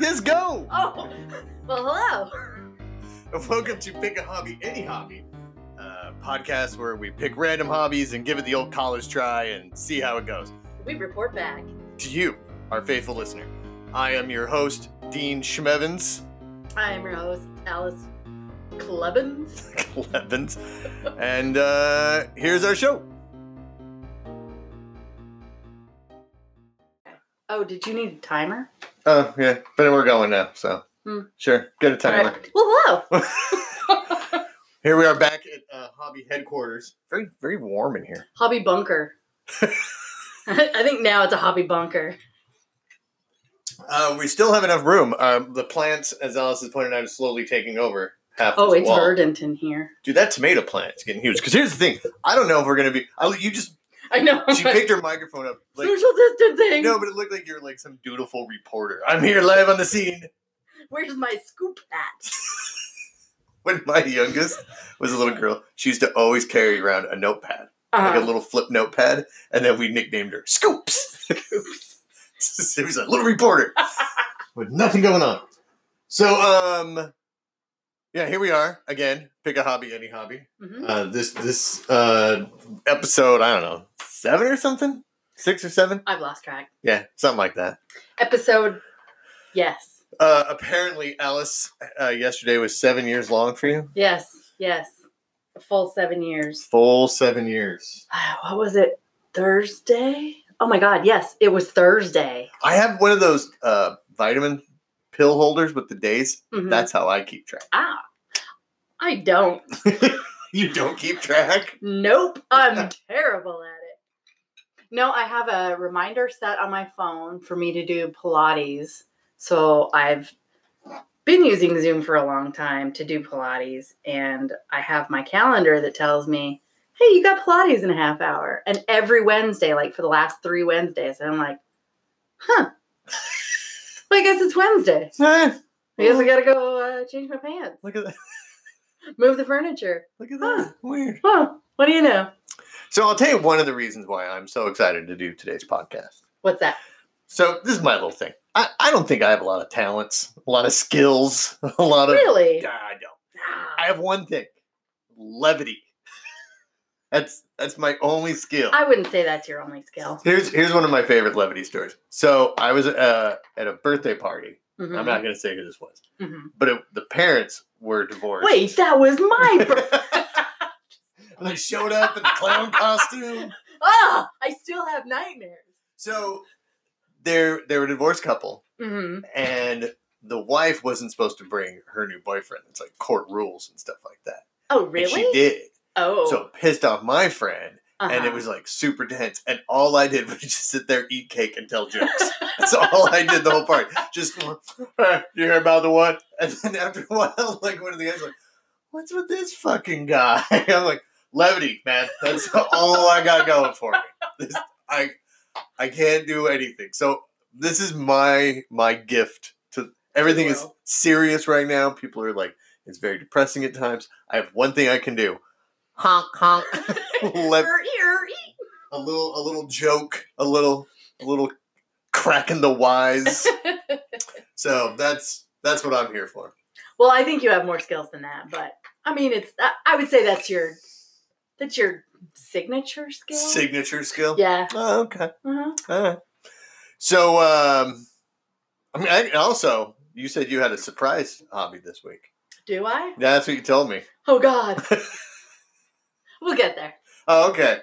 this go? Oh, well, hello. Welcome to Pick a Hobby, Any Hobby, uh, podcast where we pick random hobbies and give it the old college try and see how it goes. We report back. To you, our faithful listener, I am your host, Dean Schmevins. I'm your host, Alice Clevens. Levins. And uh, here's our show. Oh, did you need a timer? Oh, yeah. But we're going now, so. Hmm. Sure. Get a All timer. right. Well, hello. Here we are back at uh, Hobby Headquarters. Very, very warm in here. hobby bunker. I think now it's a hobby bunker. Uh, we still have enough room. Um, the plants, as Alice has pointed out, is slowly taking over half Oh, this it's wall. verdant in here. Dude, that tomato plant is getting huge. Because here's the thing. I don't know if we're going to be. I, you just. I know. She picked her microphone up. Like, Social distancing. no, but it looked like you're like some dutiful reporter. I'm here live on the scene. Where's my scoop hat? when my youngest was a little girl, she used to always carry around a notepad, Uh-huh. like a little flip notepad, and then we nicknamed her Scoops. she was a little reporter with nothing going on. So, um, yeah, here we are again. Pick a hobby, any hobby. Mhm. Uh, this this uh, episode, I don't know, seven or something, six or seven, I've lost track. yeah, something like that. Episode. Yes. Uh, apparently, Alice uh, yesterday was seven years long for you. Yes. Yes. A full seven years. Full seven years. What was it? Thursday? Oh my God. Yes. It was Thursday. I have one of those uh, vitamin pill holders with the days. Mhm. That's how I keep track. Ah, I don't. You don't keep track? Nope, I'm terrible at it. No, I have a reminder set on my phone for me to do Pilates. So I've been using Zoom for a long time to do Pilates, and I have my calendar that tells me, hey, you got Pilates in a half hour. And every Wednesday, like for the last three Wednesdays, and I'm like, huh. well, I guess it's Wednesday. Eh, I guess I gotta go uh, change my pants, look at that. move the furniture. Look at Huh. that. Weird. Well, what do you know? So I'll tell you one of the reasons why I'm so excited to do today's podcast. What's that? So this is my little thing. I, I don't think I have a lot of talents, a lot of skills, a lot of. Really? Yeah, I don't. I have one thing levity. That's that's my only skill. I wouldn't say that's your only skill. Here's here's one of my favorite levity stories. So I was uh, at a birthday party. Mm-hmm. I'm not gonna say who this was, Mhm. but it, the parents were divorced. Wait, that was my. Br- they showed up in the clown costume. oh, I still have nightmares. So they're they were a divorced couple, hmm Mm-hmm. and the wife wasn't supposed to bring her new boyfriend. It's like court rules and stuff like that. Oh, And really? she did. Oh, So it pissed off my friend, and uh-huh. it was like super tense. And all I did was just sit there, eat cake, and tell jokes. That's all I did the whole part. Just "Eh, you hear about the one, and then after a while, like one of the guys like, "What's with this fucking guy?" I'm like, "Levity, man. That's all I got going for me. This, I I can't do anything. So this is my my gift to everything is Well. serious right now. People are like, it's very depressing at times. I have one thing I can do. Honk honk. Lev- Er, er, ee. a little a little joke, a little a little cracking the wise. so that's that's what I'm here for. well, I think you have more skills than that, but I mean, it's. I, I would say that's your that's your signature skill. Signature skill. yeah. Oh, okay. Uh-huh. All right. So um I mean I, also you said you had a surprise hobby this week. Do I? That's what you told me. Oh God. we'll get there. Oh, okay.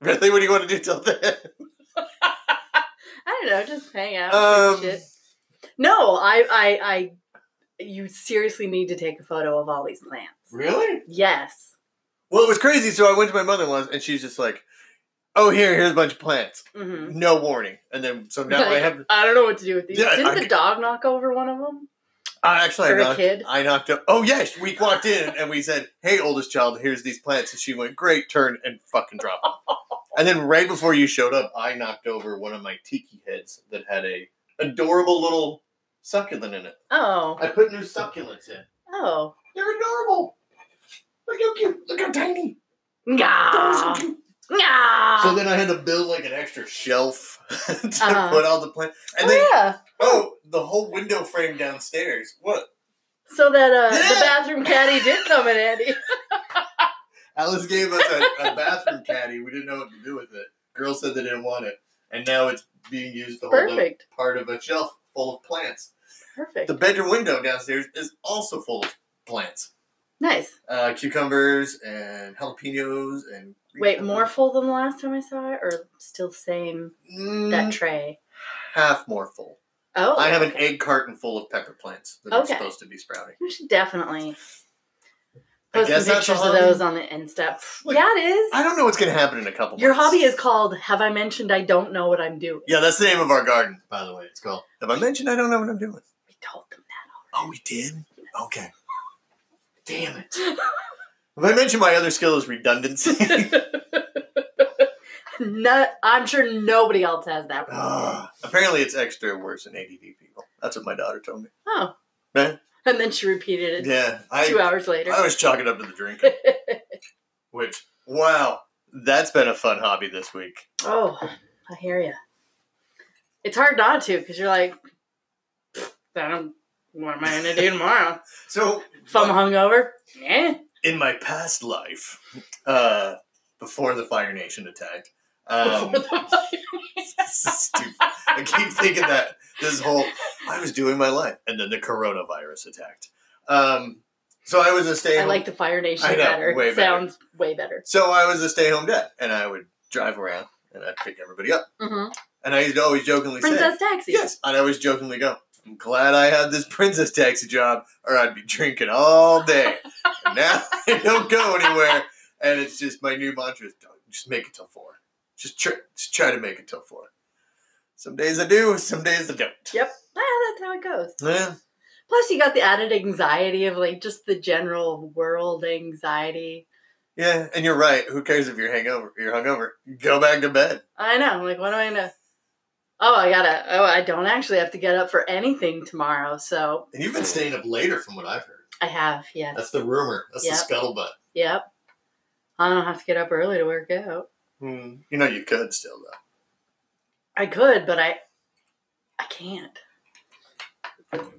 Really? What do you want to do till then? I don't know. Just hang out. Um, shit. No, I, I, I. You seriously need to take a photo of all these plants. Really? Yes. Well, it was crazy. So I went to my mother in law's and she's just like, oh, here, here's a bunch of plants. Mm-hmm. No warning. And then, so now I Like- have, I don't know what to do with these. Yeah, Didn't I- the dog knock over one of them? I actually, I For a knocked, kid? I knocked up. Oh, yes. We walked in and we said, hey, oldest child, here's these plants. And she went, great, turn and fucking drop them. and then right before you showed up, I knocked over one of my tiki heads that had a adorable little succulent in it. Oh, I put new succulents in. oh, They're adorable. Look how cute. Look how tiny. Gah. cute. Nah. So then I had to build like an extra shelf to Uh-huh. put all the plants. And oh, then yeah. oh, the whole window frame downstairs. What? So that uh, the Yeah. bathroom caddy did come in handy. Alice gave us a, a bathroom caddy. We didn't know what to do with it. Girls said they didn't want it, and now it's being used to hold up Perfect. part of a shelf full of plants. Perfect. The bedroom window downstairs is also full of plants, nice. uh, cucumbers and jalapenos and. green Wait, peppers. more full than the last time I saw it, or still same Mm, that tray? half more full. Oh, I have an okay. egg carton full of pepper plants that Okay. are supposed to be sprouting. You should definitely I post guess that's some a pictures of hobby. those on the Insta. Look, yeah, it is. I don't know what's going to happen in a couple. Your months. hobby is called Have I Mentioned I Don't Know What I'm Doing? Yeah, that's the name of our garden, by the way. It's called. Have I mentioned I don't know what I'm doing? We told them Oh, we did. Okay. Damn it. that. Have I mentioned my other skill is redundancy? no, I'm sure nobody else has that problem. Ugh. Ah, Apparently, it's extra worse in ADD people. That's what my daughter told me. oh. Right? And then she repeated it Yeah, two I hours later. I was chalking up to the drink. Which, wow, that's been a fun hobby this week. Oh, I hear you. It's hard not to because you're like, "Pfft, I don't. What am I gonna do tomorrow? So, if I'm hungover, eh? in my past life, uh, before the Fire Nation attack, Oh, um, this is stupid. I keep thinking that this whole I was doing my life, and then the coronavirus attacked. Um, so I was a stay. I like the Fire Nation I know, better. way It better. Sounds way better. So I was a stay home dad, and I would drive around and I'd pick everybody up. hmm And I used to always jokingly Princess say, Taxi. Yes. I'd always jokingly go, I'm glad I had this princess taxi job, or I'd be drinking all day. and now I don't go anywhere. And it's just my new mantra is "Don't- just make it till four. Just try, just try to make it till four. Some days I do, some days I don't. Yep. Ah, that's how it goes. Yeah. Plus, you got the added anxiety of like just the general world anxiety. Yeah, and you're right. Who cares if you're hangover? You're hungover. Go back to bed. I know. Like, what am I gonna? Oh, I gotta. Oh, I don't actually have to get up for anything tomorrow. So And you've been staying up later, from what I've heard. I have. Yes. That's the rumor. That's Yep. the scuttlebutt. Yep. I don't have to get up early to work out. You know you could still though. I could, but I I can't.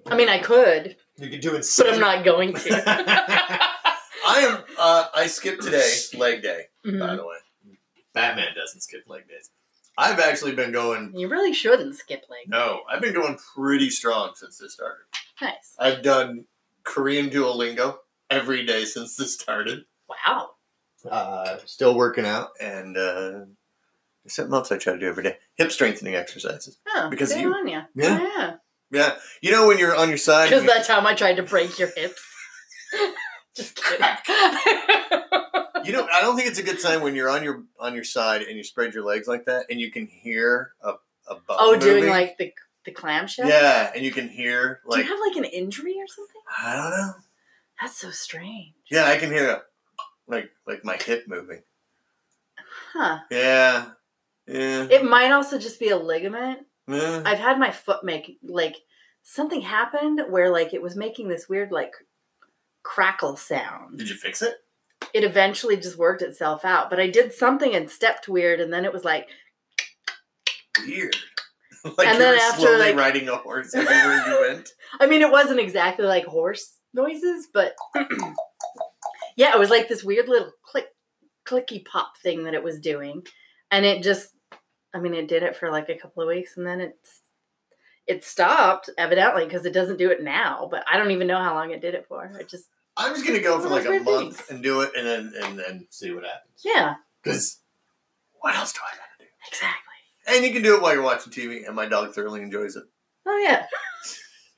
I mean, I could, You could do it. but I'm not going to. I am. Uh, I skipped today, leg day. By Mhm. the way, Batman doesn't skip leg days. I've actually been going. You really shouldn't skip leg. No, I've been going pretty strong since this started. Nice. I've done Korean Duolingo every day since this started. Wow. Uh, still working out, and uh, there's something else I try to do every day: hip strengthening exercises. Oh, Because good you- on you. Yeah. Yeah. Yeah, you know when you're on your side. Because and you- that time I tried to break your hips. Just kidding. You know, I don't think it's a good sign when you're on your on your side and you spread your legs like that, and you can hear a a bone oh, doing moving. like the the clamshell. yeah, and you can hear Do like you have like an injury or something? I don't know. That's so strange. Yeah, I can hear a, like like my hip moving. Huh. Yeah, yeah. It might also just be a ligament. yeah. I've had my foot make like something happened where like it was making this weird like crackle sound. Did you fix it? It eventually just worked itself out, but I did something and stepped weird, and then it was like Weird. like And you then were after, slowly like- riding a horse everywhere you went. I mean it wasn't exactly like horse noises, but yeah, it was like this weird little click clicky pop thing that it was doing, and it just I mean it did it for like a couple of weeks, and then it's it stopped evidently because it doesn't do it now, but I don't even know how long it did it for. It just I'm just gonna go for Well, like that's a weird month things. and do it, and then and then see what happens. yeah, Because what else do I gotta do? exactly. And you can do it while you're watching TV, and my dog thoroughly enjoys it. Oh yeah.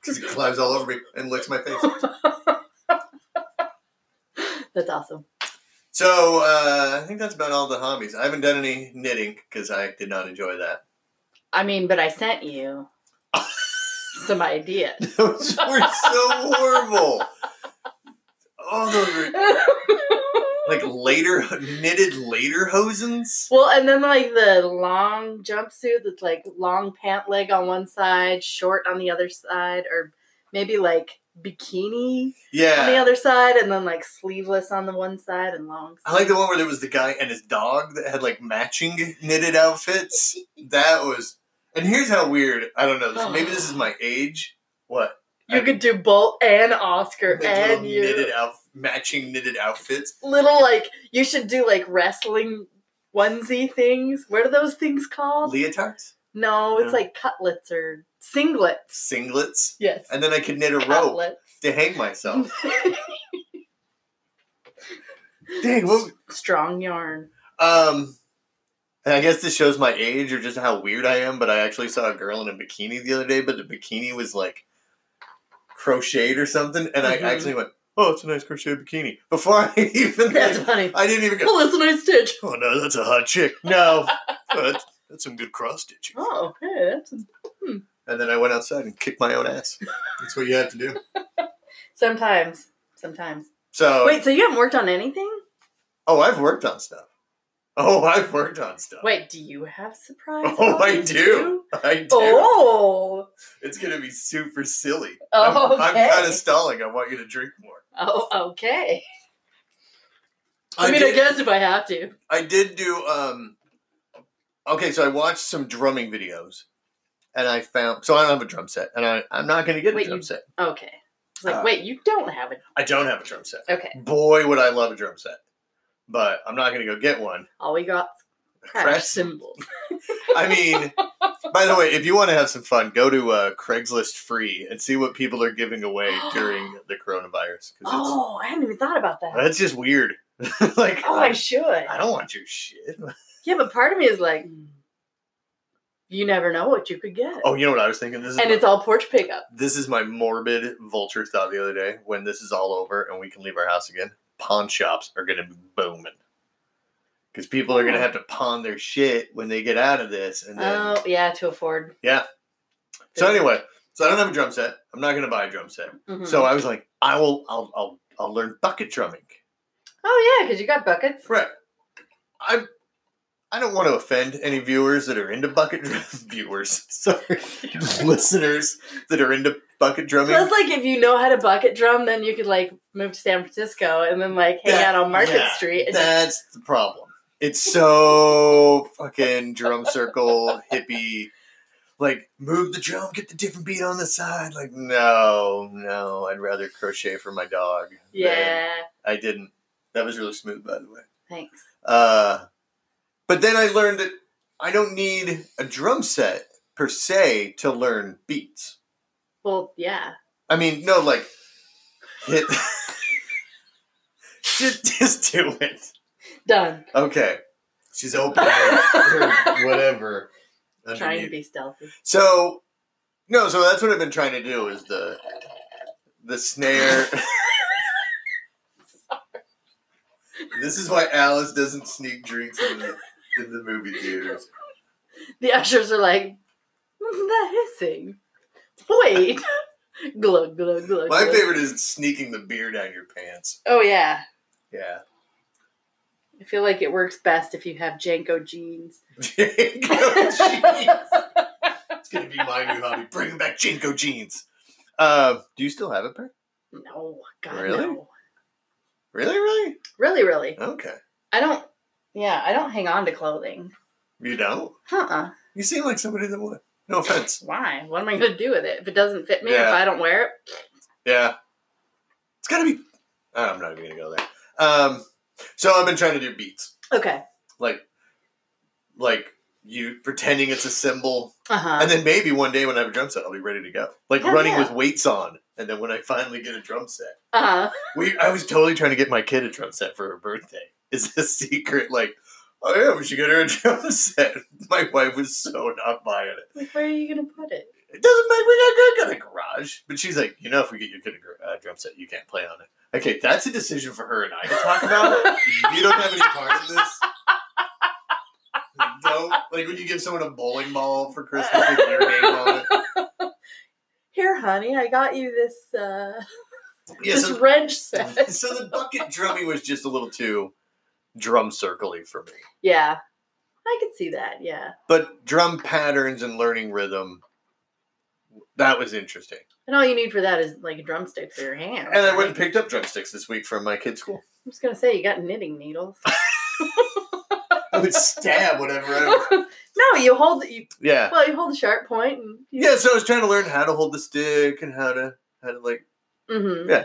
Because he climbs all over me and licks my face. That's awesome. So uh, I think that's about all the hobbies. I haven't done any knitting because I did not enjoy that. I mean, but I sent you some ideas. Those were so horrible. All those were well, like later knitted later hosens. and then like the long jumpsuit that's like long pant leg on one side, short on the other side, or maybe like bikini on the Yeah. other side, and then like sleeveless on the one side and long. I like the one where there was the guy and his dog that had like matching knitted outfits. That was. And here's how weird. I don't know. This, maybe this is my age. What? You could do bolt and Oscar Like and little you knitted out, matching knitted outfits. little like you should do like wrestling onesie things. What are those things called? Leotards, no, it's No. like cutlets or singlets. singlets, Yes, and then I could knit a rope Oh. cutlets. to hang myself. Dang. What, Strong yarn. Um, and I guess this shows my age or just how weird I am, but I actually saw a girl in a bikini the other day, but the bikini was like crocheted or something, and Mhm. I actually went, "Oh, it's a nice crocheted bikini." Before I even, That's like, funny. I didn't even go, Oh, that's a nice stitch. "Oh no, that's a hot chick." No, "Oh, that's, that's some good cross stitching. Oh, okay. That's And then I went outside and kicked my own ass. That's what you have to do. sometimes. Sometimes. So, Wait, so you haven't worked on anything? oh, I've worked on stuff. Oh, I've worked on stuff. Wait, do you have surprise? Oh, I hobbies do. too? I do. Oh. It's gonna be super silly. Oh, I'm, okay. I'm kind of stalling. I want you to drink more. Oh, okay. I, mean, did, I guess if I have to. I did do. Um, okay, so I watched some drumming videos, and I found. So I don't have a drum set, and I, I'm not going to get Wait, a drum you- set. Okay. It's like, Uh, wait, you don't have it. I don't have a drum set. Okay. Boy, would I love a drum set, but I'm not going to go get one. All we got is crash, Crash- cymbals. I mean, by the way, if you want to have some fun, go to uh, Craigslist free and see what people are giving away during the coronavirus. 'cause it's- Oh, I hadn't even thought about that. that's just weird. like, Oh, I, I should. I don't want your shit. Yeah, but part of me is like, you never know what you could get. Oh, you know what I was thinking? This is and my- it's all porch pickup. This is my morbid vulture thought the other day. When this is all over and we can leave our house again, pawn shops are going to be booming because people are going to have to pawn their shit when they get out of this. And then, Oh, yeah, to afford. yeah. So anyway, so I don't have a drum set. I'm not going to buy a drum set. Mhm. So I was like, I will. I'll. I'll. I'll learn bucket drumming. Oh, yeah, because you got buckets. Right. I. I don't want to offend any viewers that are into bucket drum viewers. Sorry, listeners that are into bucket drumming. Plus, like, if you know how to bucket drum, then you could, like, move to San Francisco and then, like, hang That- out on Market yeah, Street. And just, That's the problem. It's so fucking drum circle hippie. Like move the drum, get the different beat on the side. Like no, no, I'd rather crochet for my dog. than- yeah. I didn't. That was really smooth, by the way. Thanks. Uh, but then I learned that I don't need a drum set per se to learn beats. Well, yeah. I mean, no, like hit. just, just do it. Done. Okay. She's opening her whatever. Trying to underneath. be stealthy. So no, so that's what I've been trying to do is the the snare. this is why Alice doesn't sneak drinks in the, in the movie theaters. The ushers are like, "What's that hissing? Wait. glug, glug, glug. My glug. favorite is sneaking the beer down your pants. Oh, yeah. Yeah. I feel like it works best if you have Janko jeans. Oh, Jinko jeans. It's gonna be my new hobby. Bringing back Jinko jeans. Uh, do you still have it, Bear? no, God, Really? no. Really, really? Really, really. Okay. I don't, yeah, I don't hang on to clothing. You don't? Huh. You seem like somebody that would. No offense. Why? What am I going to do with it? If it doesn't fit me, if Yeah. I don't wear it, Yeah. It's gotta be. ah, I'm not even gonna go there. Um, so I've been trying to do beats, okay. like, like you pretending it's a cymbal, Uh huh. and then maybe one day when I have a drum set, I'll be ready to go. Like Hell running yeah. with weights on, and then when I finally get a drum set, Uh huh. we I was totally trying to get my kid a drum set for her birthday. Is this secret? Like, oh yeah, we should get her a drum set. My wife was so not buying it. Like, where are you going to put it? It doesn't matter. We got, got, got a garage. But she's like, you know, if we get your kid a gr- uh, drum set, you can't play on it. Okay, that's a decision for her and I to talk about. you don't have any part in this. Don't like when you give someone a bowling ball for Christmas with your name on it. Here, honey, I got you this uh Yeah, this so, wrench set. so the bucket drummy was just a little too drum circly for me. yeah, I could see that. Yeah. But drum patterns and learning rhythm That was interesting. And all you need for that is like drumsticks for your hand. And I went and picked up drumsticks this week from my kid's school. I'm just gonna say you got knitting needles. I would stab whatever I was. no, you hold you Yeah. well, you hold the sharp point and you, Yeah, so I was trying to learn how to hold the stick and how to how to like hmm Yeah.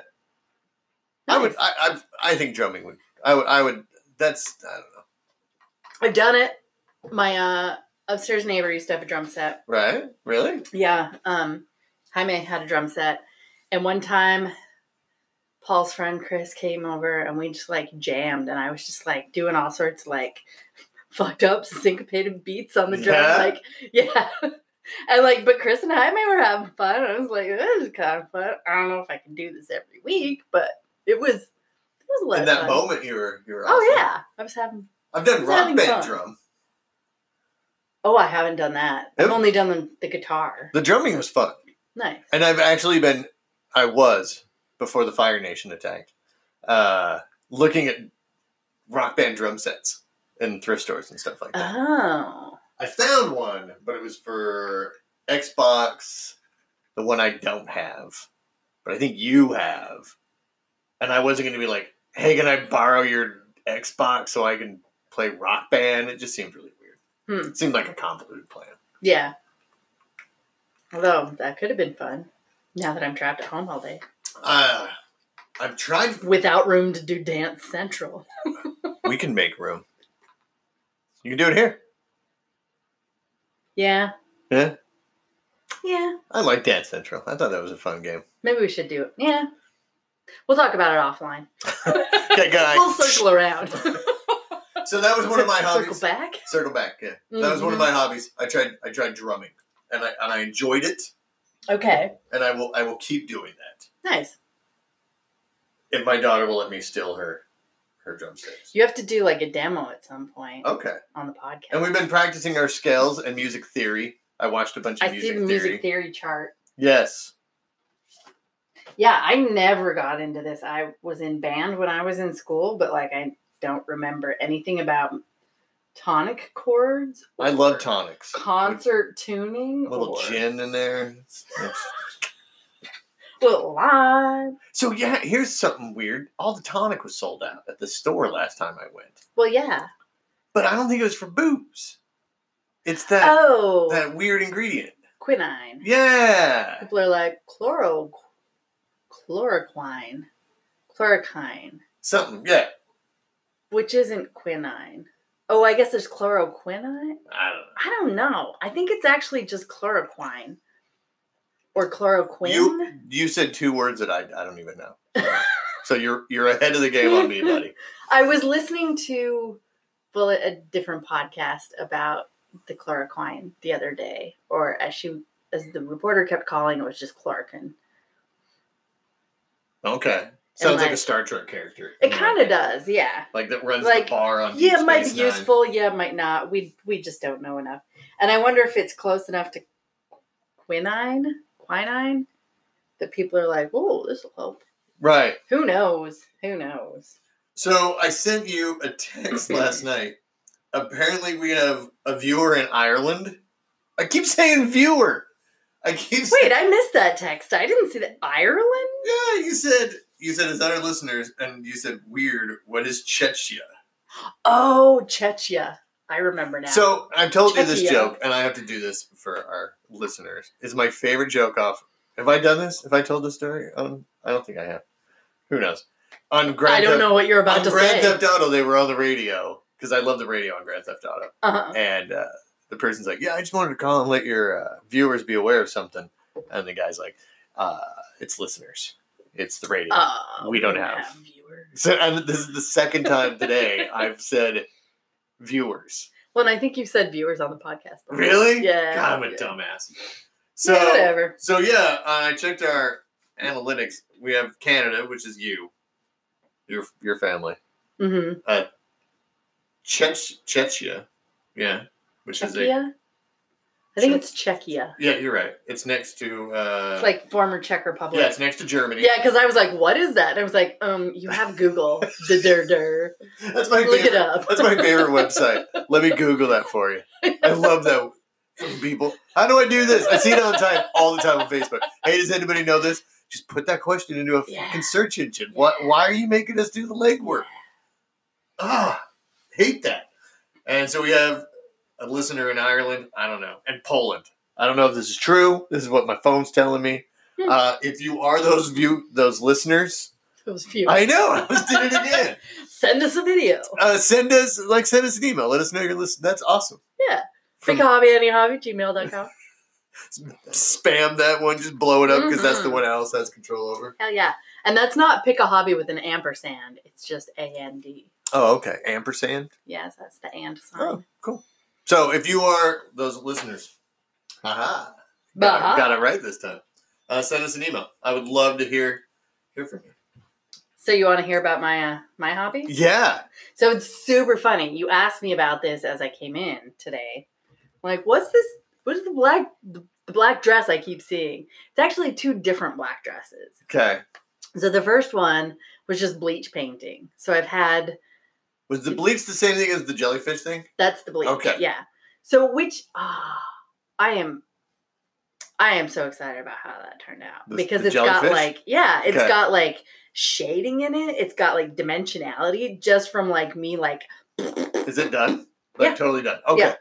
I would I I, I think drumming would I would I would that's I don't know. I've done it. My uh upstairs neighbor used to have a drum set. Right? Really? Yeah. Um Jaime had a drum set. And one time Paul's friend Chris came over and we just like jammed and I was just like doing all sorts of like fucked up syncopated beats on the drum. Yeah? Like yeah. And like, but Chris and Jaime were having fun. I was like, this is kind of fun. I don't know if I can do this every week, but it was it was a lot In of that fun. moment you were you were Oh awesome. yeah. I was having I've done It's rock having band fun. drum. Oh, I haven't done that. I've Nope. only done the, the guitar. The drumming was fun. Nice. And I've actually been, I was before the Fire Nation attacked, uh, looking at rock band drum sets in thrift stores and stuff like that. Oh. I found one, but it was for Xbox, the one I don't have, but I think you have. And I wasn't going to be like, hey, can I borrow your Xbox so I can play rock band? It just seemed really weird. Hmm. It seemed like a convoluted plan. Yeah. Although that could have been fun. Now that I'm trapped at home all day. Uh, I'm trying to Without room to do dance central. We can make room. You can do it here. Yeah. Yeah. Yeah. I like Dance Central. I thought that was a fun game. Maybe we should do it. Yeah. We'll talk about it offline. Okay, guys. We'll circle around. So that was one of my hobbies. Circle back. Circle back. Yeah, that was one of Mhm. my hobbies. I tried. I tried drumming, and I and I enjoyed it, Okay. and I will. I will keep doing that Nice. if my daughter will let me steal her, her drumsticks. You have to do like a demo at some point Okay. on the podcast. Oh. And we've been practicing our scales and music theory. I watched a bunch of I see music, the theory. music theory chart. Yes. Yeah, I never got into this. I was in band when I was in school, but like I don't remember anything about tonic chords. I love tonics. Concert tuning, With a little or- gin in there. It's- it's- Well, live. So yeah, here's something weird. All the tonic was sold out at the store last time I went, Well, yeah. but I don't think it was for boobs. It's that Oh, that weird ingredient. quinine. Yeah, People are like chloro, chloroquine, chloroquine, something. Yeah, which isn't quinine. Oh, I guess there's chloroquinine. I don't know. I don't know. I think it's actually just chloroquine or chloroquine. You you said two words that I I don't even know. so you're you're ahead of the game on me, buddy. I was listening to well a different podcast about the chloroquine the other day, or as she as the reporter kept calling it was just chloroquine. Okay, sounds like, a like- Star Trek character. It kind of does, yeah. like that runs like, the bar on. Deep Yeah, it might be Space Nine. useful. Yeah, it might not. We we just don't know enough, and I wonder if it's close enough to quinine, quinine, that people are like, "Whoa, this will help." Right. Who knows? Who knows? So I sent you a text last night. Apparently, we have a viewer in Ireland. I keep saying viewer. I keep Wait, I missed that text. I didn't see that. Ireland. yeah. You said you said it's other listeners, and you said weird. What is Chechnya? Oh, Chechnya. I remember now. So I've told you this Czechia. joke, and I have to do this for our listeners. It's my favorite joke off. Have I done this? Have I told this story? Um, I don't think I have. Who knows? On Grand I don't Theft- know what you're about on to Grand say. Theft Auto, they were on the radio because I love the radio on Grand Theft Auto. uh-huh. And uh, the person's like, "Yeah, I just wanted to call and let your uh, viewers be aware of something." And the guy's like, uh, "It's listeners. It's the radio." Uh, We don't have. viewers. so, and this is the second time today I've said viewers. Well, and I think you said viewers on the podcast. before. Really? Yeah. God, I'm a yeah. dumbass. Yeah, So, whatever. so yeah, I checked our analytics. We have Canada, which is you, your your family. hmm Chech- Chechia, yeah, which is a Czechia. I think Czech- it's Czechia. yeah. You're right. It's next to uh, It's like former Czech Republic. yeah, it's next to Germany. Yeah, because I was like, "What is that?" And I was like, "Um, you have Google." Der That's my Look favorite. it up. That's my favorite website. Let me Google that for you. I love that. from people. How do I do this? I see it all the time, all the time on Facebook. Hey, does anybody know this? Just put that question into a Yeah. fucking search engine. What? Why are you making us do the legwork? Ah, hate that. And so we have a listener in Ireland. I don't know, and Poland. I don't know if this is true. This is what my phone's telling me. Hmm. Uh, if you are those view those listeners, Those few. I know I just did it again. Send us a video. Uh, send us like send us an email. Let us know your list. That's awesome. Yeah. From- Pick a hobby, any hobby, gmail.com. spam that one, just blow it up because that's the Mhm. one Alice has control over. Hell yeah. And that's not pick a hobby with an ampersand. It's just A N D. Oh, okay. Ampersand. Yes, that's the and sign. Oh, cool. So if you are those listeners, aha, Bah. got, got it right this time. Uh, send us an email. I would love to hear hear from you. So you want to hear about my uh, my hobby? Yeah, So it's super funny. You asked me about this as I came in today. Like, what's this? What is the black the black dress I keep seeing? It's actually two different black dresses. okay. So the first one was just bleach painting. So I've had Was the bleach the same thing as the jellyfish thing? That's the bleach. Okay. Yeah. So which ah, I am, I am so excited about how that turned out The- because the it's got jellyfish? like yeah, it's Okay. got like shading in it. It's got like dimensionality just from like me like Is it done? Like Yeah. totally done. Okay. Yeah.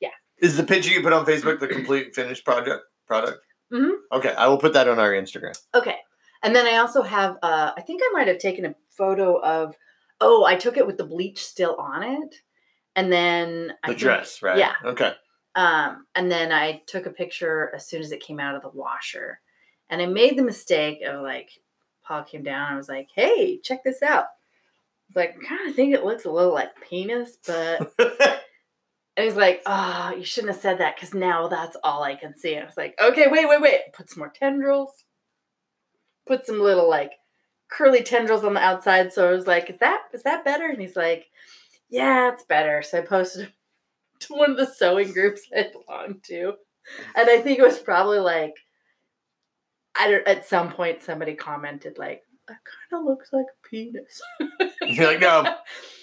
Yeah. Is the picture you put on Facebook the complete finished project product? Mhm. Okay, I will put that on our Instagram. okay. And then I also have uh, I think I might have taken a photo of oh I took it with the bleach still on it, and then I The think- dress, right? yeah. Okay. Um, and then I took a picture as soon as it came out of the washer. And I made the mistake of like, Paul came down and was like, hey, check this out. I was like, I kind of think it looks a little like penis, but. and he's like, oh, you shouldn't have said that because now that's all I can see. And I was like, okay, wait, wait, wait. Put some more tendrils. Put some little like curly tendrils on the outside. So I was like, is that is that better? And he's like, yeah, it's better. So I posted to one of the sewing groups I belonged to. And I think it was probably like I don't at some point somebody commented like that kind of looks like a penis. You're like, no,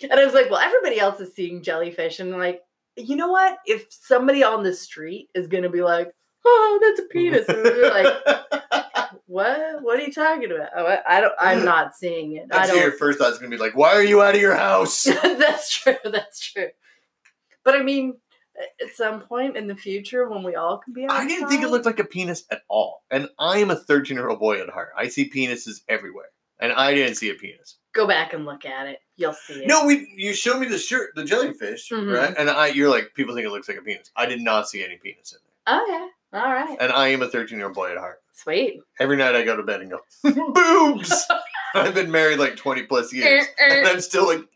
And I was like, well, everybody else is seeing jellyfish and like, you know what? If somebody on the street is gonna be like, oh, that's a penis, and they're like, what? What are you talking about? Oh, I I don't. I'm not seeing it. I That's don't. your first thought's gonna be like, why are you out of your house? that's true. That's true. But I mean, at some point in the future, when we all can be outside, I didn't think it looked like a penis at all. And I am a 13 year old boy at heart. I see penises everywhere. And I didn't see a penis. Go back and look at it. You'll see it. No, we you showed me the shirt, the jellyfish, Mhm. right? And I you're like, people think it looks like a penis. I did not see any penis in there. Okay. Oh, All right. And I am a 13 year old boy at heart. Sweet. Every night I go to bed and go, boobs! I've been married like 20 plus years. and I'm still like,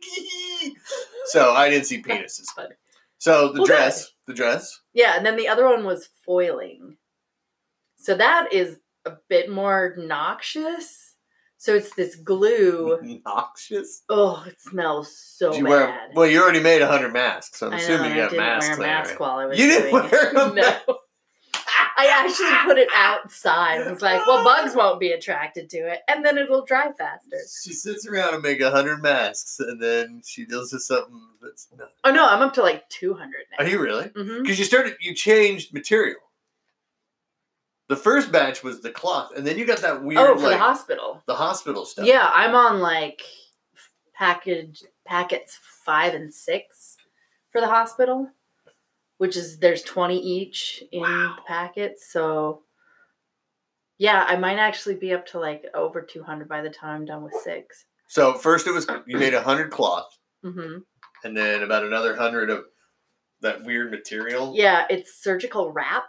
so I didn't see penises. funny. So the Well, good. dress, the dress, Yeah, and then the other one was foiling. So that is a bit more noxious. So it's this glue. noxious. Oh, it smells so Did you bad. wear? Well, you already made hundred masks, so I'm I know, assuming and you I have didn't masks. wear a laying mask around. while I was You didn't doing wear it. a No. I actually put it outside. I was like, well, bugs won't be attracted to it, and then it'll dry faster. She sits around and make hundred masks, and then she deals with something that's. Not, Oh no, I'm up to like 200 now. are you really? Mhm. Because you started, you changed material. The first batch was the cloth, and then you got that weird, Oh, for the like hospital. the hospital stuff. Yeah, I'm on like package packets five and six for the hospital, which is there's twenty each in Wow. the packets. So yeah, I might actually be up to like over two hundred by the time I'm done with 6 So first it was you made hundred cloth, Mm-hmm. and then about another hundred of that weird material. Yeah, it's surgical wrap.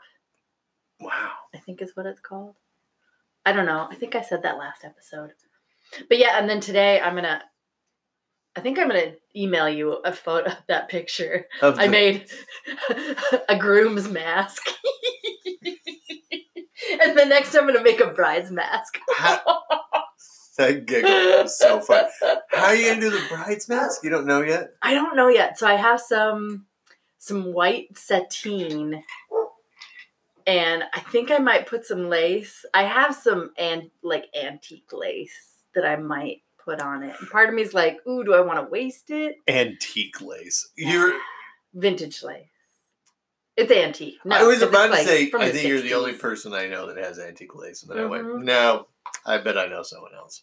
Wow. I think is what it's called. I don't know. I think I said that last episode. But yeah, and then today I'm gonna. I think I'm gonna email you a photo of that picture. Of I the- made a groom's mask. and the next I'm gonna make a bride's mask. How- that giggle was so funny. How are you gonna do the bride's mask? You don't know yet. I don't know yet. So I have some some white sateen and I think I might put some lace. I have some and like antique lace that I might put on it. And part of me is like, ooh, do I wanna waste it? Antique lace. You're Vintage lace. It's antique. No, I was 'cause it's, about to like, say, from I the think you're the only 60s. person I know that has antique lace. And then I Mhm. went, no, I bet I know someone else.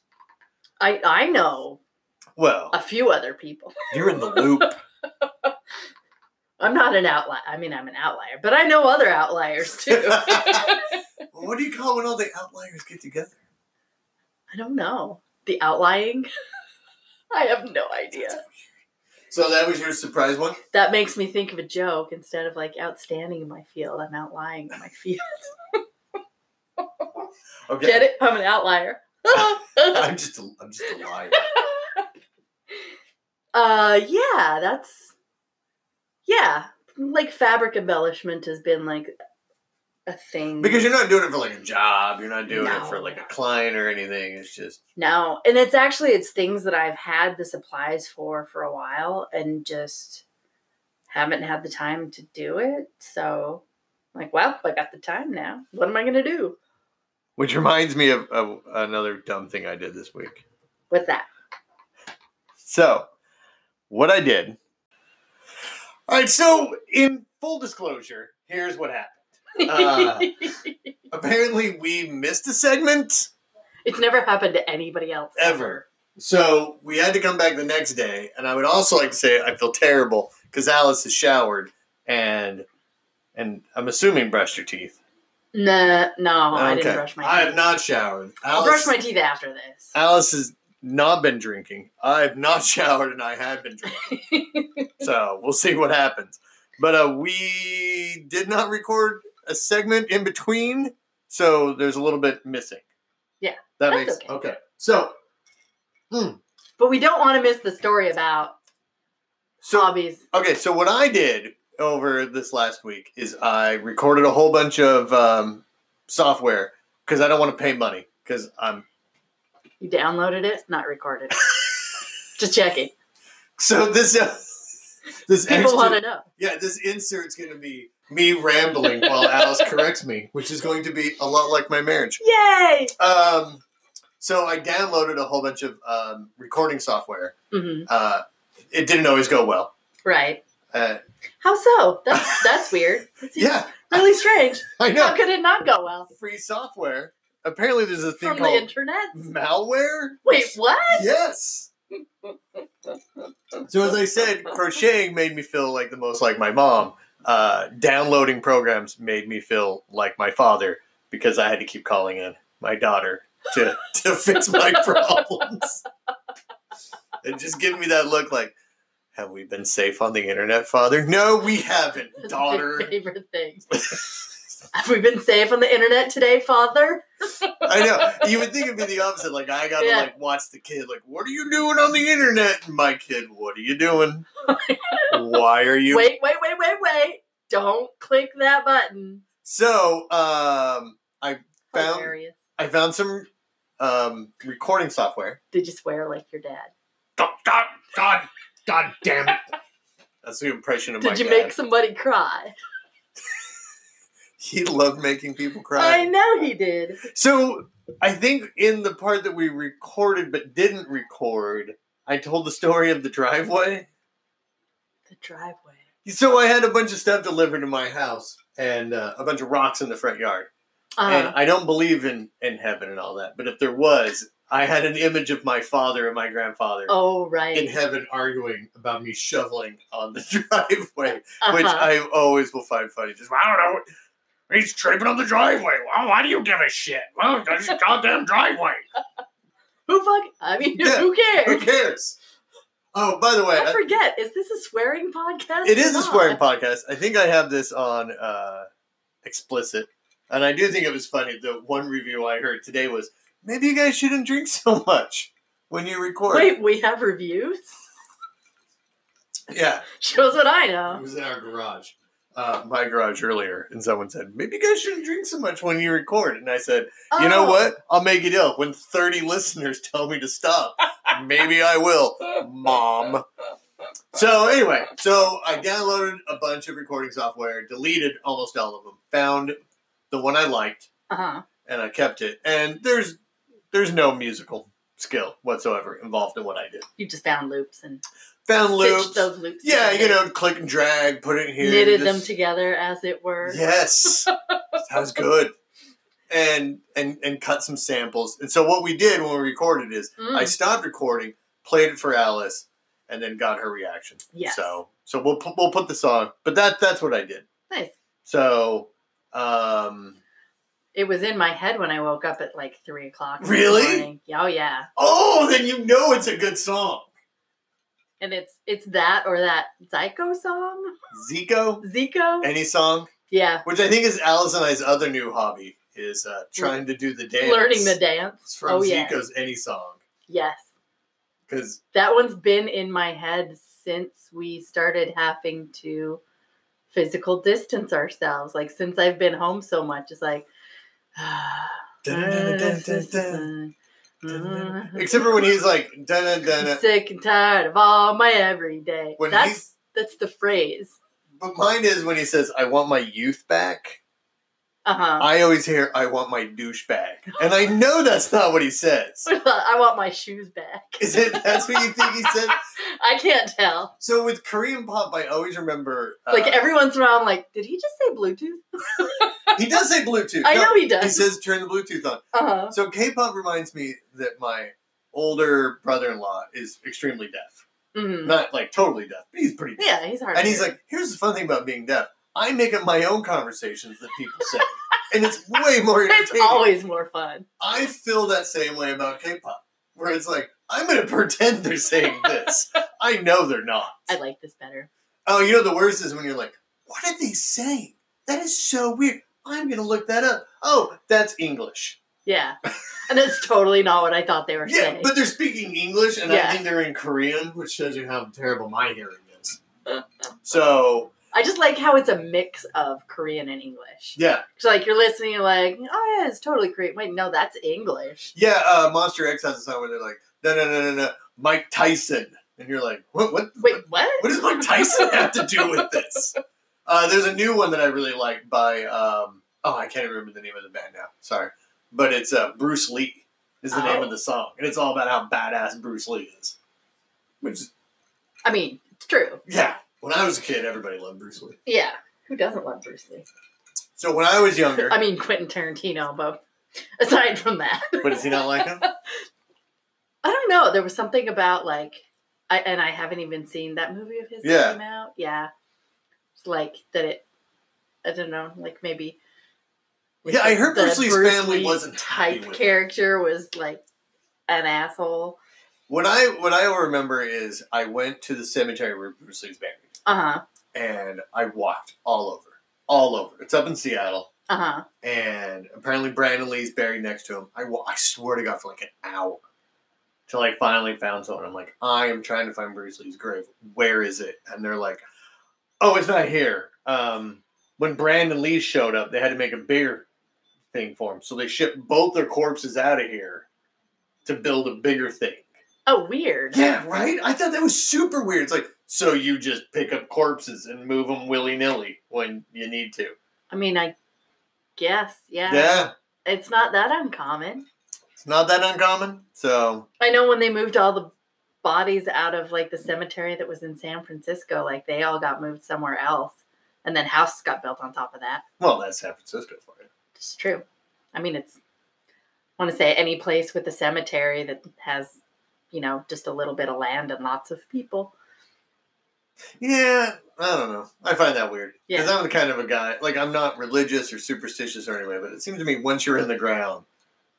I, I know Well, a few other people. you're in the loop. I'm not an outlier. I mean, I'm an outlier, but I know other outliers too. I what do you call when all the outliers get together? don't know. The outlying? I have no idea. So that was your surprise one? That makes me think of a joke instead of like outstanding in my field. I'm outlying in my field. Okay. Get it? I'm an outlier. I'm just a, I'm just a liar. Uh, yeah, that's yeah. Like fabric embellishment has been like a thing because you're not doing it for like a job. You're not doing it for No. like a client or anything. It's just now, and it's actually it's things that I've had the supplies for for a while and just haven't had the time to do it. So, like, well, I got the time now. What am I gonna do? Which reminds me of, of another dumb thing I did this week. What's that? So, what I did. All right, so in full disclosure, here's what happened. Uh. Apparently, we missed a segment, it's never happened to anybody else Ever. so we had to come back the next day. And I would also like to say I feel terrible because Alice has showered and and I'm assuming brushed her teeth. Nah, no, Oh, I didn't Okay. brush my teeth. I have not showered. I'll Alice, brush my teeth after this. Alice has not been drinking. I have not showered, and I have been drinking. so we'll see what happens. But uh, we did not record a segment in between, so there's a little bit missing. Yeah, that that's makes okay. okay. So But we don't want to miss the story about so hobbies. okay. So what I did over this last week is I recorded a whole bunch of um, software because I don't want to pay money because I'm You downloaded it, not recorded. it. Just checking. so this uh, this People extra- want to know. Yeah, this insert's going to be me rambling while Alice corrects me, which is going to be a lot like my marriage. Yay! Um, so I downloaded a whole bunch of um, recording software. hmm Uh, it didn't always go well. Right. Uh, How so? That's that's weird. That seems yeah, Really strange. I How know. could it not go well? Free software. Apparently, there's a thing From the called internet? malware. Wait, what? Yes. So as I said, crocheting made me feel like the most like my mom. Uh, downloading programs made me feel like my father because I had to keep calling in my daughter to to fix my problems. and just give me that look like, have we been safe on the internet, father? No, we haven't, That's my daughter. favorite thing. Have we been safe on the internet today, Father? I know. You would think it'd be the opposite. Like I gotta Yeah. like watch the kid. Like, what are you doing on the internet? And my kid, what are you doing? Why are you? Wait, wait, wait, wait, wait. Don't click that button. So um, Found- Hilarious. I found some um, recording software. Did you swear like your dad? God, God, God, God damn it! That's the impression of Oh my Did you dad. make somebody cry? He loved making people I cry. know he did. So I think in the part that we recorded but didn't record, I told the story of the driveway. The driveway. So I had a bunch of stuff delivered to my house and uh, a bunch of rocks in the front yard. And Uh, I don't believe in, in heaven and all that, but if there was, I had an image of my father and my grandfather oh, in right. heaven arguing about me shoveling on the driveway, which Uh-huh. I always will find funny. Just, I don't know. He's scraping on the driveway. Why, why do you give a shit? Well, that's a goddamn driveway. Who fuck? I mean, Yeah, who cares? Who cares? Oh, by the way, I I- forget. Is this a swearing podcast? it or is a not? swearing podcast. I think I have this on uh, explicit. And I do think it was funny. The one review I heard today was maybe you guys shouldn't drink so much when you record. Wait, we have reviews. Yeah. Shows what I It know. was in our garage, uh, my garage earlier, and someone said, "Maybe you guys shouldn't drink so much when you record." And I said, "You know Oh. what? I'll make it up when thirty listeners tell me to stop. Maybe I will, Mom." So anyway, so I downloaded a bunch of recording software, deleted almost all of them, found the one I liked, Uh-huh. and I kept it. And there's there's no musical skill whatsoever involved in what I did. You just found loops and Found stitched loops. those loops. yeah, you together, know, click and drag, put it in here. knitted just- them together, as it were. Yes, that was good. And and and cut some samples. And so what we did when we recorded is Mm, I stopped recording, played it for Alice, and then got her reaction. yes. So so we'll put, we'll put the song, but that that's what I did. Nice. So um It was in my head when I woke up at like three o'clock. in the Really? morning. Yeah, Oh yeah. oh, then you know it's a good song. And it's it's that or that Zyko song, Zico, Zico. any song, yeah, which I think is Alice and I's other new hobby is uh, trying to do the dance, learning the dance. It's from Oh, yes. Zico's any song Yes, because that one's been in my head since we started having to physical distance ourselves. Like since I've been home so much, it's like. Except for when he's like, dun dun dun. I'm dun. sick and tired of all my everyday. When that's he's- that's the phrase. But mine is when he says, I want my youth back. Uh huh. I always hear, I want my douche back. And I know that's not what he says. I want my shoes back. Uh, Is it that's what you think he said? I can't tell. So with Korean pop, I always remember uh, Like every once in a while, I'm like, did he just say Bluetooth? he does say Bluetooth. I No, know he does. he says turn the Bluetooth on. uh huh. So K-pop reminds me that my older brother-in-law is extremely deaf. hmm Not like totally deaf, but he's pretty deaf. Yeah, he's hard. And to he's hear. like, here's the fun thing about being deaf. I make up my own conversations that people say. and it's way more it's entertaining. always more fun. I feel that same way about K-pop, where it's like I'm going to pretend they're saying this. I know they're not. I like this better. Oh, you know the worst is when you're like, "What are they saying? That is so weird." I'm going to look that up. Oh, that's English. Yeah, and it's totally not what I thought they were Yeah, saying. but they're speaking English, and I Yeah. think they're in Korean, which shows you how terrible my hearing is. Uh, so I just like how it's a mix of Korean and English. yeah, So like you're listening, you're like, oh yeah, it's totally Korean. Wait, no, that's English. yeah. Uh, Monster X has a song where they're like, "No, no, no, no, no, Mike Tyson," and you're like, "What? What? Wait, what? What does Mike Tyson have to do with this? Uh, there's a new one that I really like by um, oh I can't remember the name of the band now. Sorry, but it's uh, Bruce Lee is the name Oh. of the song, and it's all about how badass Bruce Lee is. Which is I mean, it's true. yeah. When I was a kid, everybody loved Bruce Lee. Yeah. Who doesn't love Bruce Lee? So when I was younger, I mean, Quentin Tarantino, but aside from that, but does he not like him? I don't know. There was something about like, I and I haven't even seen that movie of his Yeah. that came out. Yeah, it's like that. It, I don't know. Like maybe. Yeah, I heard the Bruce Lee's family wasn't happy type with it. character was like an asshole. What I what I remember is I went to the cemetery where Bruce Lee's buried, Uh huh. and I walked all over, all over. It's up in Seattle. Uh huh. and apparently Brandon Lee's buried next to him. I, wa- I swear to God, for like an hour, till I finally found someone. I'm like, I am trying to find Bruce Lee's grave. Where is it? And they're like, Oh, it's not here. Um, when Brandon Lee showed up, they had to make a bigger thing for him, so they shipped both their corpses out of here to build a bigger thing. Oh, weird. Yeah, right. I thought that was super weird. It's like, so you just pick up corpses and move them willy nilly when you need to. I mean, I guess. Yeah. yeah, It's not that uncommon. it's not that uncommon. So I know when they moved all the bodies out of like the cemetery that was in San Francisco, like they all got moved somewhere else, and then houses got built on top of that. Well, that's San Francisco for you. It's true. I mean, it's I want to say any place with a cemetery that has, you know, just a little bit of land and lots of people. Yeah, I don't know. I find that weird because Yeah. I'm the kind of a guy like I'm not religious or superstitious or anyway, but it seems to me once you're in the ground,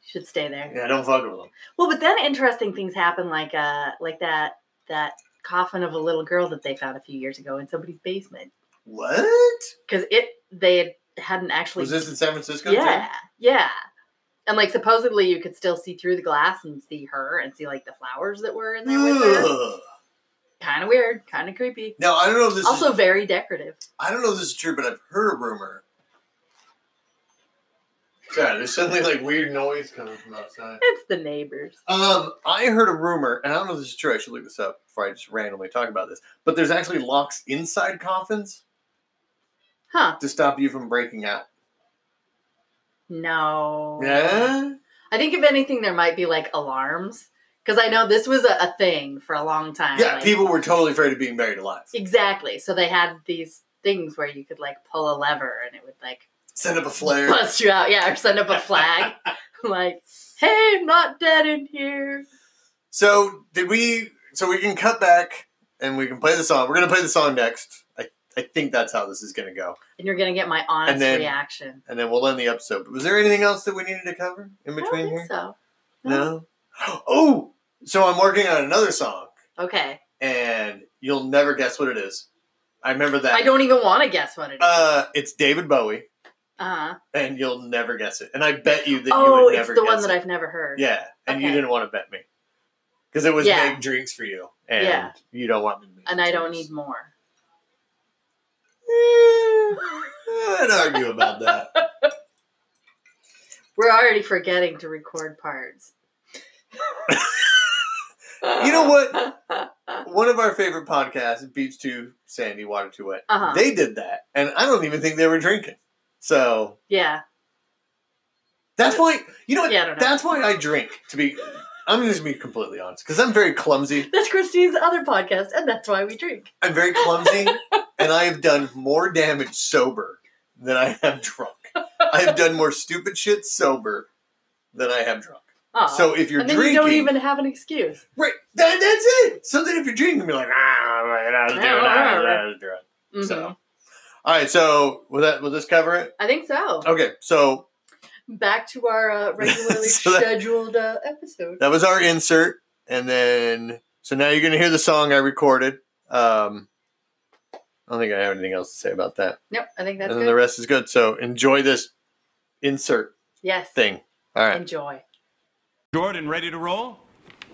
Should stay there. yeah, don't fuck with them. Well, but then interesting things happen, like uh, like that that coffin of a little girl that they found a few years ago in somebody's basement What because it they had, hadn't actually was this in San Francisco? too? Yeah, yeah. And like supposedly you could still see through the glass and see her and see like the flowers that were in there with her. Ugh. Kind of weird, kind of creepy. Now I don't know if this Also is, very decorative. I don't know if this is true, but I've heard a rumor. Sorry, there's suddenly like weird noise coming from outside. It's the neighbors. Um, I heard a rumor, and I don't know if this is true. I should look this up before I just randomly talk about this. But there's actually locks inside coffins Huh. to stop you from breaking out. No. Yeah. I think if anything there might be like alarms Because I know this was a, a thing for a long time. Yeah, like- people were totally afraid of being buried alive. Exactly. So they had these things where you could like pull a lever and it would like Send up a flare. bust you out. Yeah, or send up a flag. like, hey, I'm not dead in here. So did we? So we can cut back and we can play the song. We're gonna play the song next. I I think that's how this is gonna go, And you're gonna get my honest And then- reaction. and then we'll end the episode. But was there anything else that we needed to cover in I don't between think here? so. No. Oh, so I'm working on another song, Okay. and you'll never guess what it is. I remember that. I don't even want to guess what it is. Uh Uh, it's David Bowie, huh. and you'll never guess it. And I bet you that you Oh, would it's never the one guess that it. I've never heard. Yeah, and you Okay. didn't want to bet me because it was Yeah. big drinks for you, and Yeah. you don't want me. to make And I don't drinks. need more. Eh, I'd argue about that. We're already forgetting to record parts. You know Uh-huh. what? One of our favorite podcasts, Beach Too Sandy, Water Too Wet. Uh-huh. They did that, and I don't even think they were drinking. So Yeah. that's why you know what. Yeah, I don't know. that's why I drink. To be, I'm just gonna be completely honest because I'm very clumsy. That's Christine's other podcast, and that's why we drink. I'm very clumsy, and I have done more damage sober than I have drunk. I have done more stupid shit sober than I have drunk. Oh. So if you're and then drinking, you don't even have an excuse. Right. That, that's it. Something if you're drinking, you're like, ah, right, I was doing, I was, I was drunk. Mhm. So, all right. So, will that will this cover it? I think so. Okay. So Back to our uh, regularly Oh. So that- scheduled uh, episode. that was our insert, and then so now you're gonna hear the song I recorded. Um, I don't think I have anything else to say about that. Nope, I think that's and then good. the rest is good. So enjoy this insert yes. thing. All right. Enjoy. Jordan, ready to roll?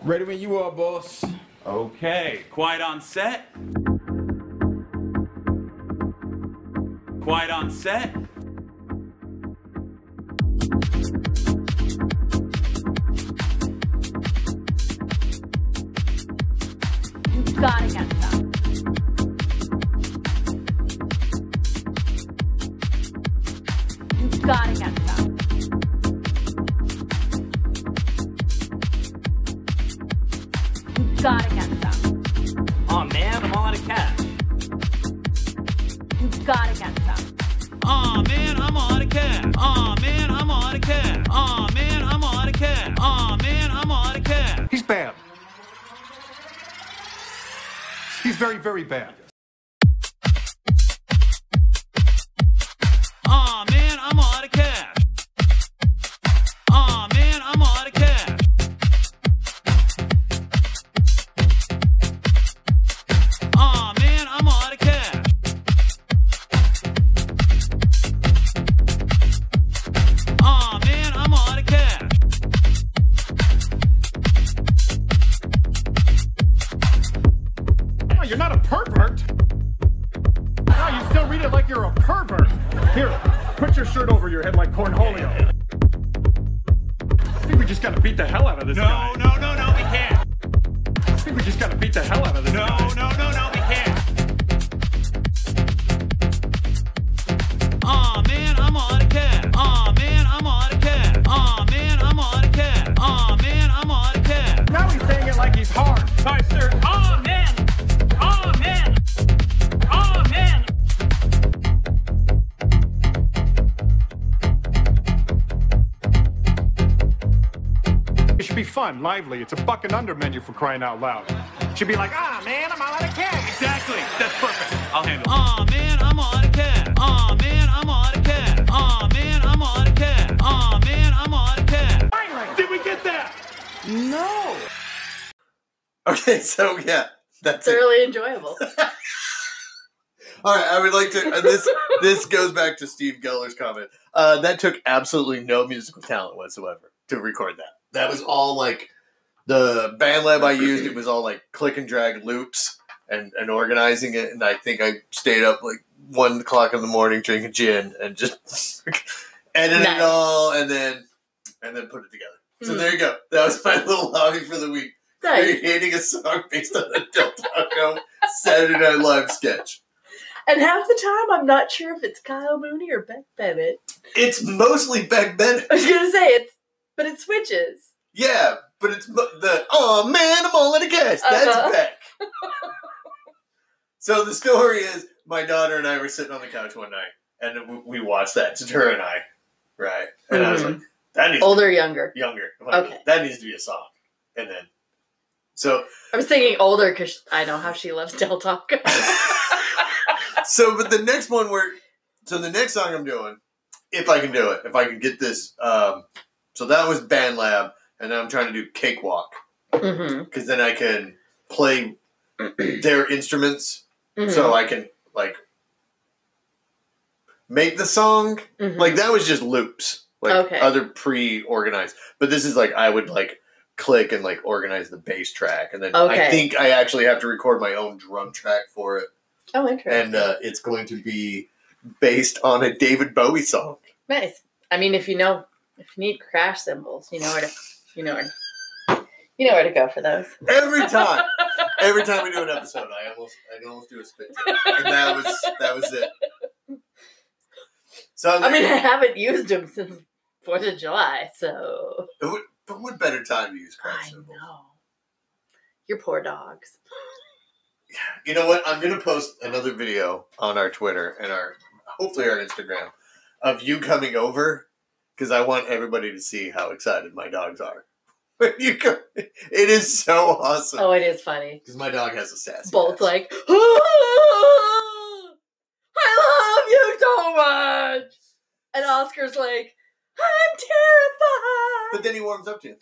Ready when you are, boss. Okay. Quiet on set. Quiet on set. You've got to get some. You've got to get some. You've got to get some. Oh man, I'm on a cash. You've got to get some. Aw man, I'm on a cat. Aw man, I'm on a cat. Aw man, I'm on a cat. Aw man, I'm on a cat. He's bad. He's very, very bad. Aw man, I'm on a cat. Aw man, I'm on a cat. Aw man, I'm on a cat. Aw man, I'm on a cat. No, you're not a pervert. No, you still read it like you're a pervert. Here, put your shirt over your head like Cornholio. I think we just gotta beat the hell out of this guy. no, no, no, we can't. I think we just gotta beat the hell out of this guy. no, no, no, we can't. Aw man, I'm on a cat. Aw man, I'm on a cat. Aw man, I'm on a cat. Aw man, I'm on a cat. Now he's saying it like he's hard. Sorry, sir. Oh man. Oh man. Oh man. It should be fun, lively. It's a buck and under menu for crying out loud. Should be like, ah, man, I'm out of cash. Exactly. That's perfect. I'll handle it. Aw man, I'm on a cat. Aw man, I'm on a cat. Aw man, I'm on a cat. Aw man, I'm on a cat. Finally, did we get that? No. Okay. So yeah, that's it. Thoroughly enjoyable. All right, I would like to. uh, This this goes back to Steve Geller's comment. Uh, that took absolutely no musical talent whatsoever to record that. That was all like the band lab I used. It was all like click and drag loops and and organizing it. And I think I stayed up like one o'clock in the morning drinking gin and just edited Nice. it all and then and then put it together. So Mm. there you go. That was my little hobby for the week. nice. Creating a song based on a Del Taco Saturday Night Live sketch. And half the time, I'm not sure if it's Kyle Mooney or Beck Bennett. It's mostly Beck Bennett. I was gonna say it's, but it switches. Yeah, but it's mo- the oh man, I'm all in a cast. That's Uh-huh. Beck. so the story is, my daughter and I were sitting on the couch one night, and w- we watched that. It's her and I, right? And I was like, that needs Older, younger. to be younger. I'm like, Okay. that needs to be a song. And then, so I was thinking older because I know how she loves Del Taco. so, but the next one we're so the next song I'm doing, if I can do it, if I can get this. Um, so that was Band Lab, and then I'm trying to do Cakewalk hmm because then I can play their instruments, Mm-hmm. so I can like make the song. Like that was just loops, like Mm-hmm. Okay. other pre-organized. But this is like I would like click and like organize the bass track, and then I Okay. think I actually have to record my own drum track for it oh, interesting. and uh, it's going to be based on a David Bowie song. nice. I mean, if you know, if you need crash cymbals, you know where to, you know where, to, you know where to go for those. Every time, every time we do an episode, I almost, I almost do a spit take, and that was that was it. So I'm I mean, I like, haven't used them since Fourth of July, so but what better time to use I crash cymbals? know. Your poor dogs. You know what? I'm gonna post another video on our Twitter and our hopefully our Instagram of you coming over because I want everybody to see how excited my dogs are. When you come, it is so awesome Oh, it is funny. because my dog has a sassy. Both ass. like, I love you so much, and Oscar's like, I'm terrified. But then he warms up to you.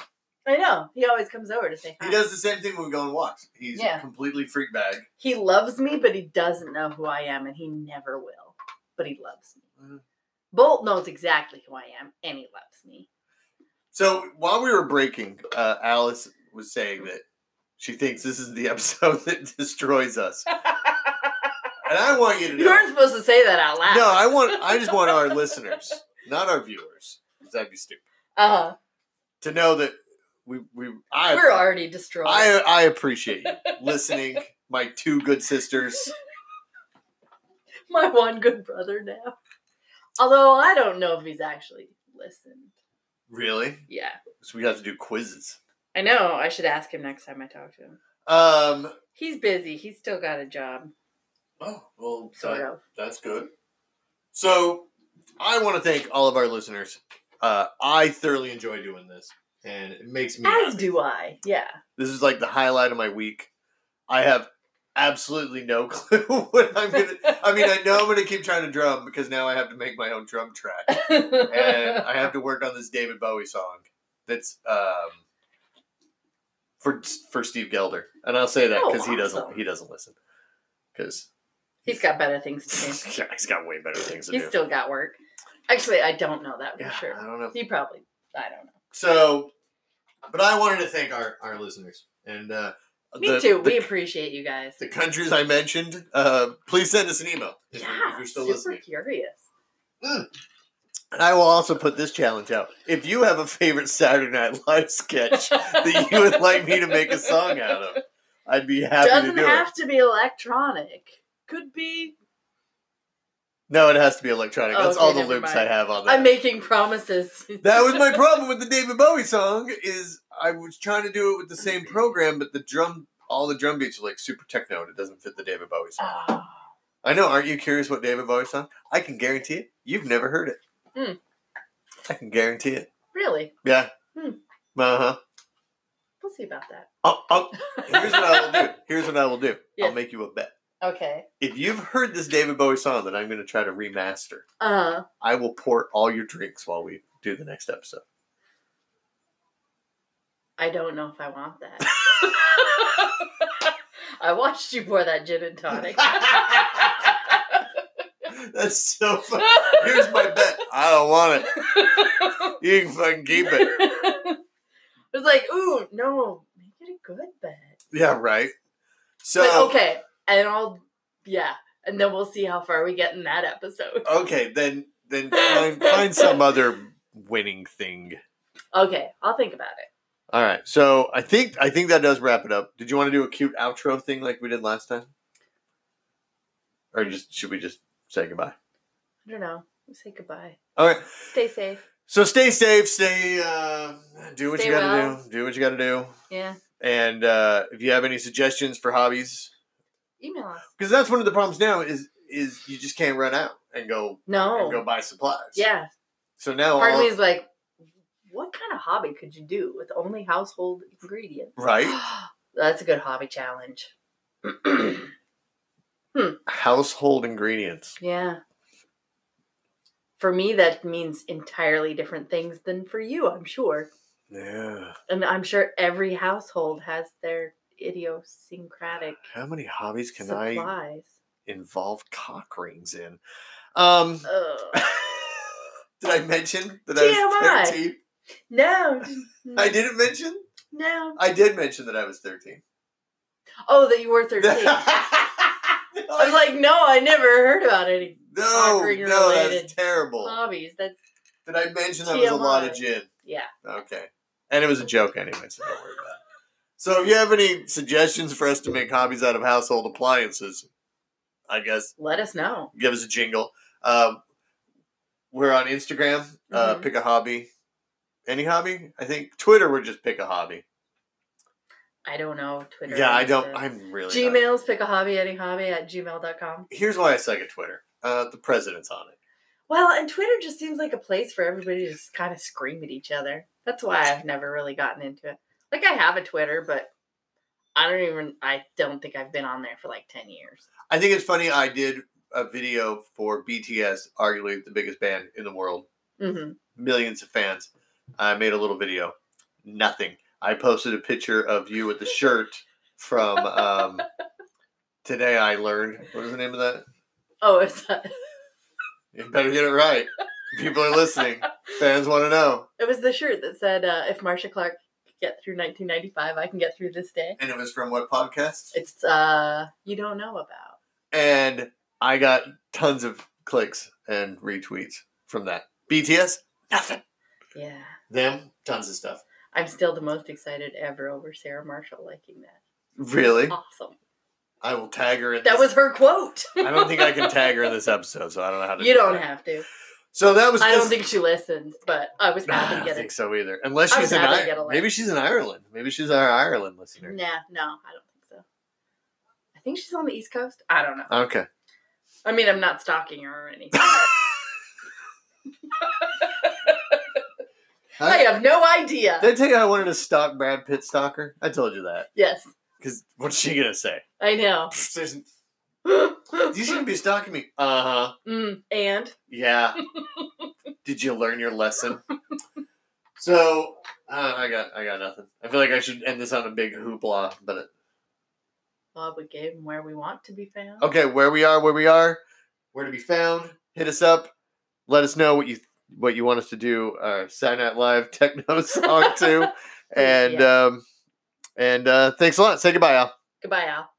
I know. He always comes over to say hi. He does the same thing when we go and walks. He's Yeah. completely freak bag. He loves me, but he doesn't know who I am, and he never will. But he loves me. Mhm. Bolt knows exactly who I am, and he loves me. So while we were breaking, uh, Alice was saying that she thinks this is the episode that destroys us. and I want you to You know. weren't supposed to say that out loud. No, I want I just want our listeners, not our viewers. 'cause That'd be stupid. Uh, To know that we we I we're already destroyed. I uh, I appreciate you listening, my two good sisters. My one good brother now. Although I don't know if he's actually listened. Really? Yeah. So we have to do quizzes. I know. I should ask him next time I talk to him. Um He's busy. He's still got a job, Oh, well, sort of. That's good. So, I want to thank all of our listeners. Uh, I thoroughly enjoy doing this, and it makes me. As happy. do I. Yeah. This is like the highlight of my week. I have absolutely no clue what I'm gonna. I mean, I know I'm gonna keep trying to drum because now I have to make my own drum track, and I have to work on this David Bowie song. That's um. For, for Steve Gelder, and I'll say that Oh, because he doesn't awesome. he doesn't listen because He's got better things to do. yeah, he's got way better things to He's do. still got work. Actually, I don't know that for Yeah, sure. I don't know. He probably, I don't know. So, but I wanted to thank our, our listeners and uh, Me the- too. The, we appreciate you guys. the countries I mentioned. Uh, please send us an email if, yeah, you, if you're still super listening. curious. And I will also put this challenge out. If you have a favorite Saturday Night Live sketch that you would like me to make a song out of, I'd be happy Doesn't to do have it. to be electronic. Could be. No, it has to be electronic. Oh, That's okay, all the never loops I mind. have on that. I'm making promises. that was my problem with the David Bowie song. Is I was trying to do it with the same program, but the drum, all the drum beats are like super techno, and it doesn't fit the David Bowie song. Ah, I know. Aren't you curious what David Bowie song? I can guarantee it. You've never heard it. Hmm. I can guarantee it. really? Yeah. Hmm. Uh huh. We'll see about that. Oh, oh. Here's what I will do. Here's what I will do. Yes. I'll make you a bet. Okay. If you've heard this David Bowie song that I'm going to try to remaster, Uh, I will pour all your drinks while we do the next episode. I don't know if I want that. I watched you pour that gin and tonic. That's so fun. Here's my bet. I don't want it. You can fucking keep it. it was like, ooh, no, make it a good bet. Yeah, right. So but okay, and I'll yeah, and then we'll see how far we get in that episode. Okay, then then find, find some other winning thing. Okay, I'll think about it. All right, so I think I think that does wrap it up. Did you want to do a cute outro thing like we did last time, or just should we just say goodbye? I don't know. Say goodbye. All right, Stay safe. so stay safe, stay uh, do what Stay you gotta well. do. Do what you gotta do. Yeah. And uh, if you have any suggestions for hobbies, Email us. because that's one of the problems now is is you just can't run out and go No. and go buy supplies. yeah. So now, Part of me all, is like, what kind of hobby could you do with only household ingredients? right? That's a good hobby challenge. Household ingredients. Yeah. For me, that means entirely different things than for you, I'm sure. Yeah. And I'm sure every household has their idiosyncratic How many hobbies can I supplies. involve cock rings in? Um. Ugh. Did I mention that I TMI. was 13? No. I didn't mention? No. I did mention that I was 13. Oh, that you were 13. I was like, no, I never heard about any no, cock-ring no, related. Uh, that's terrible. hobbies. That's, Did I mention that was a lot of TMI. gin? yeah. Okay. And it was a joke anyway, so don't worry about it. So if you have any suggestions for us to make hobbies out of household appliances, I guess Let us know. give us a jingle. Um, we're on Instagram, uh, Mhm. pick a hobby. Any hobby? I think Twitter we're just pick a hobby. I don't know. Twitter. yeah, I is don't the- I'm really not- Gmails, pick a hobby, any hobby at gmail.com. Here's why I suck at Twitter. Uh, the president's on it. Well, and Twitter just seems like a place for everybody to just kind of scream at each other. That's why I've never really gotten into it. Like I have a Twitter, but I don't even I don't think I've been on there for like 10 years. I think it's funny. I did a video for BTS, arguably the biggest band in the world, Mhm. millions of fans. I made a little video. Nothing. I posted a picture of you with the shirt from um, today. I learned what was the name of that. Oh, it's You better get it right. People are listening. Fans want to know. it was the shirt that said uh, if Marsha Clark could get through 1995, I can get through this day. And it was from what podcast? It's uh you don't know about. And I got tons of clicks and retweets from that. BTS, nothing. Yeah. Them, tons of stuff. I'm still the most excited ever over Sarah Marshall liking that. Really? Awesome. I will tag her in That was this- her quote. I don't think I can tag her in this episode, so I don't know how to You do don't that. have to. So that was I just, don't think she listens, but I was I happy to don't get think it. so either. Unless I she's was in happy to Ir- get a link. Maybe she's in Ireland. Maybe she's our Ireland listener. Nah, no, I don't think so. I think she's on the East Coast. I don't know. Okay. I mean, I'm not stalking her or anything. I have no idea. Did I tell you I wanted to stalk Brad Pitt stalker? I told you that. Yes, Because what's she gonna say? I know. There's- you shouldn't be stalking me. Uh huh. Mm, and Yeah. Did you learn your lesson? So uh, I got I got nothing. I feel like I should end this on a big hoopla, but it, well, we gave him where we want to be found. okay, where we are, where we are, where to be found. Hit us up. Let us know what you what you want us to do. Uh, Saturday Night Live techno song too, and Yes. um, and uh, thanks a lot. Say goodbye, Al. Goodbye, Al.